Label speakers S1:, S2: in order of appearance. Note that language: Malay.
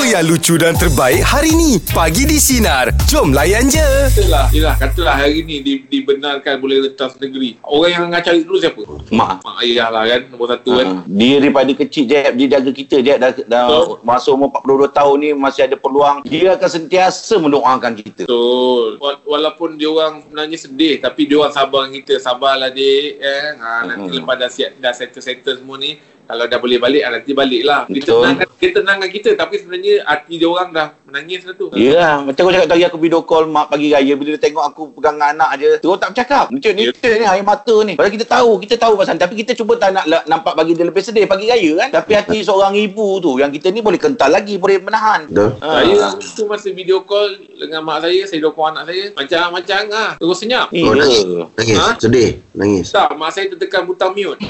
S1: yang lucu dan terbaik hari ni. Pagi di Sinar. Jom layan je.
S2: Katalah, yelah, katalah hari ni di, dibenarkan boleh rentas negeri. Orang yang akan cari dulu siapa?
S3: Mak.
S2: Mak ayah lah kan, nombor satu kan.
S3: Ha. Dia daripada kecil Jeb Dia jaga kita Jeb dah, dah
S2: Betul.
S3: Masuk umur 42 tahun ni Masih ada peluang Dia akan sentiasa mendoakan kita
S2: Betul. Wa- Walaupun dia orang sebenarnya sedih tapi dia orang sabar dengan kita. Sabarlah dik eh. Ha, nanti
S3: Mm-mm.
S2: lepas dah siap dah settle-settle semua ni kalau dah boleh balik ah, nanti baliklah. Dia
S3: Betul.
S2: tenangkan, dia tenangkan kita tapi sebenarnya hati dia orang dah menangis dah tu.
S3: Ya lah Macam aku cakap tadi Aku video call mak pagi raya Bila dia tengok aku Pegang dengan anak je Terus tak bercakap Macam ni
S2: Ya.
S3: yeah. ni Air mata ni Padahal kita tahu Kita tahu pasal ni. Tapi kita cuba tak nak la- Nampak bagi dia lebih sedih Pagi raya kan Tapi hati seorang ibu tu Yang kita ni boleh kental lagi Boleh menahan Ah,
S4: Betul.
S2: Saya tu masa video call dengan mak saya, saya dokong anak saya, macam-macam ah. Terus senyap.
S3: Ya
S4: Oh, nangis. Nangis.
S2: Ha?
S4: Sedih. Nangis.
S2: Tak, mak saya tertekan butang mute.